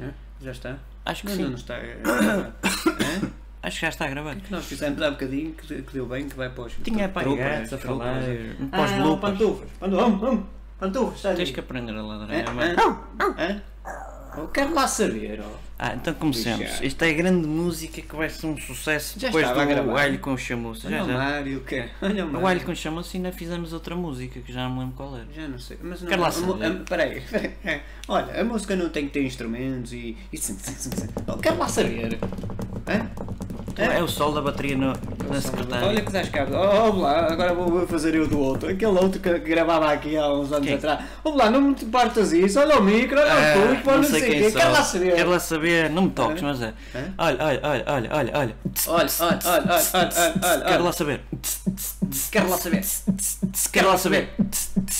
É? Já está? Acho que Não, sim. não, não está. é, é, é. Acho que já está gravando. Nós fizemos há bocadinho que, que deu bem, que vai para os. Tinha para aí tropas, gatos a tropas. falar, para os Ah, bloopers. pantufas, pantufas, pantufas, está Tens ali. que aprender a ladrar. Hã? é, mas- Hã? Hã? Eu quero lá saber, ó. Ah, então começamos. Lixado. Esta é a grande música que vai ser um sucesso Já depois do estava a gravar. Alho com Chamuça. Olha Já, o já. Mário, que Olha o O Alho Mário. com Chamuça ainda fizemos outra música que já não me lembro qual era. Já não sei, mas não. é, Quero lá a mu- saber. a- Peraí, peraí. É, Olha, a música não tem que ter instrumentos e. e sim, sim, sim, sim. Eu Quero lá saber. Hã? É, o sol da bateria no, na Olha secretária. que das cabras. Oh, oh, lá, agora vou vou fazer eu do outro. Aquele outro que gravava aqui há uns anos Quem? atrás. Oh, lá, não me partas isso. Olha o micro, olha Ah, o tubo, não sei o quê. sou. Quero lá saber. Quero lá saber, não me toques, mas é. Hã? Olha, olha, olha, olha, olha, olha. Olha, olha, olha, olha, olha, olha, olha, Quero lá olha. saber. Quero lá saber. Quero lá saber.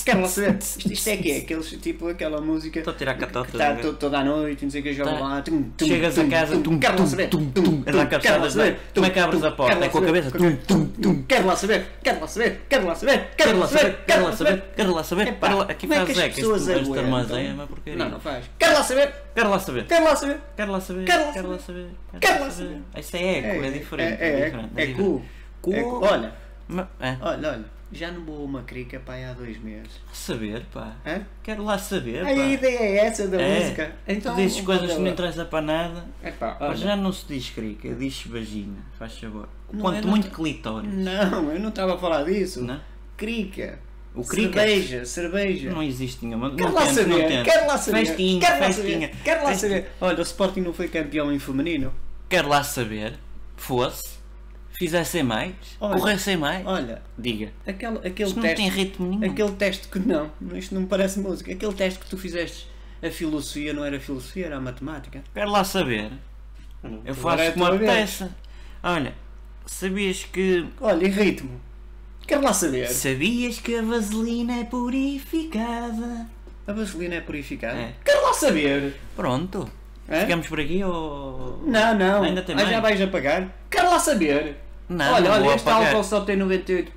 Quero lá saber. Isto, isto é que é aqueles, tipo aquela música. Estou a tirar que catotas. está to- toda a noite, não sei o que, joga Tá. lá. Chegas a casa, tum, quero lá tum, saber. tum, tum, és à quero lá cabeçada, saber. como é que abres tum, a porta? quero lá É com a saber, cabeça, tum, tum, tum. Quero lá saber, quero lá saber, quero lá saber, Quero lá saber, quero lá saber, quero lá saber. Epá, Quero lá- Aqui como é faz que as Zeca, este pessoas este aguentam? armazém é uma porcaria. Não, não faz. Quero lá saber, Quero lá saber. quero lá saber. Quero lá saber. Quero lá saber. Quero lá saber. Isso é eco, é diferente. É, é, é, diferente, é, diferente. cu. Cu. É cu. Olha, Ma- É, olha, olha. Já não vou a uma crica, pai, há dois meses. saber, pá. Hã? Quero lá saber, A pá. ideia é essa da É. música. Tu dizes coisas que não olha lá. interessa para nada. Epá, Mas olha. já não se diz crica, diz vagina, faz favor. Não é, Quanto não muito clitóris. Não, eu não estava a falar disso. Não? Crica. O crica. Cerveja, cerveja. Não existe nenhuma. Quero não lá tento, saber, não tento. quero lá saber, Festinha, quero lá festinha. saber, quero lá festinha. saber. Olha, o Sporting não foi campeão em feminino. Quero lá saber, fosse, fizessem mais, Olha. corressem mais. Olha, Diga. aquele, aquele Isto não teste, tem ritmo nenhum. aquele teste que não, isto não me parece música. Aquele teste que tu fizeste, a filosofia não era filosofia, era a matemática. Quero lá saber. Eu faço como uma apetece. Olha, sabias que. Olha, e ritmo. Quero lá saber. Sabias que a vaselina é purificada? A vaselina é purificada? É. Quero lá saber. Pronto. É? Ficamos por aqui ou. Não, não. Ainda tem Ah, já mais? vais apagar? Quero lá saber. Não, olha, não olha, vou este apagar. álcool só tem 98%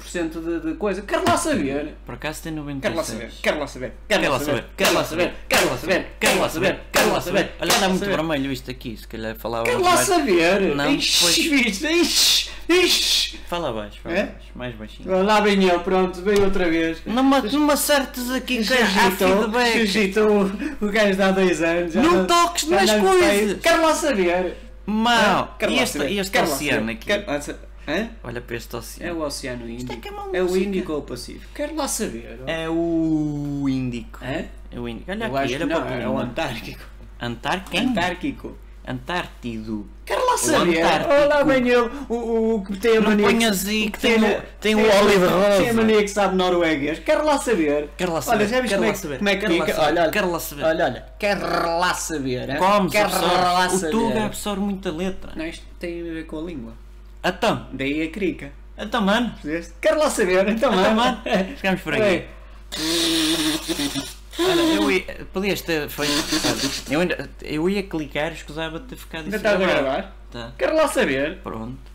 de, de coisa. Quero lá saber. Por acaso tem 96. Quero lá saber, quero lá saber, quero lá saber, quero lá saber, quero lá saber, Quero lá saber, quero lá saber. Olha, está muito vermelho isto aqui, se calhar falava Quero lá mais baixo. saber. Não, Ixi, bicho, ixi, ixi. Fala baixo, fala É? baixo, mais baixinho. Lá vem eu, pronto, veio outra vez. Não me, não me acertes aqui, que há Chujitou, feedback. chujitou o gajo de há dois anos. já Não toques já nas não sei. coisas. Quero lá saber. Mau, Quero e lá este, saber, e este quero lá oceano saber, aqui? quero lá saber. Hã? Olha para este É oceano. o Oceano Índico. é que é uma é o música. Índico ou o Pacífico? Quero lá saber. É o Índico. Hã? É o Índico. Olha Eu aqui, acho que olha não, para é o o Antártico. Antárquico. Antárquico. Antártido. Quero lá saber. Antártico. Olá, bem eu, o, o que tem a Não mania. ponhas aí que tem a- o- tem o Tem Oliver a Rosa. mania que sabe norueguês. Quero lá saber. Quero lá Olha, saber, já viste quero como é lá que- saber, como é que quero lá fica? saber, Olha, olha. quero lá saber. Olha, olha. Quero lá saber. hein? Comes, Quero lá absorve. saber. O é Tuga absorve muita letra. Não, isto tem a ver com a língua. Então, Daí a crica. então mano, Percebeste? Quero lá saber. Então, então mano. mano, ficamos por aqui. Bem, Olha, eu ia, podias ter feito, olha, eu, ainda, eu ia clicar, escusava de ter ficado Ainda isso estás a gravado. gravar? Tá, Quero lá saber. pronto.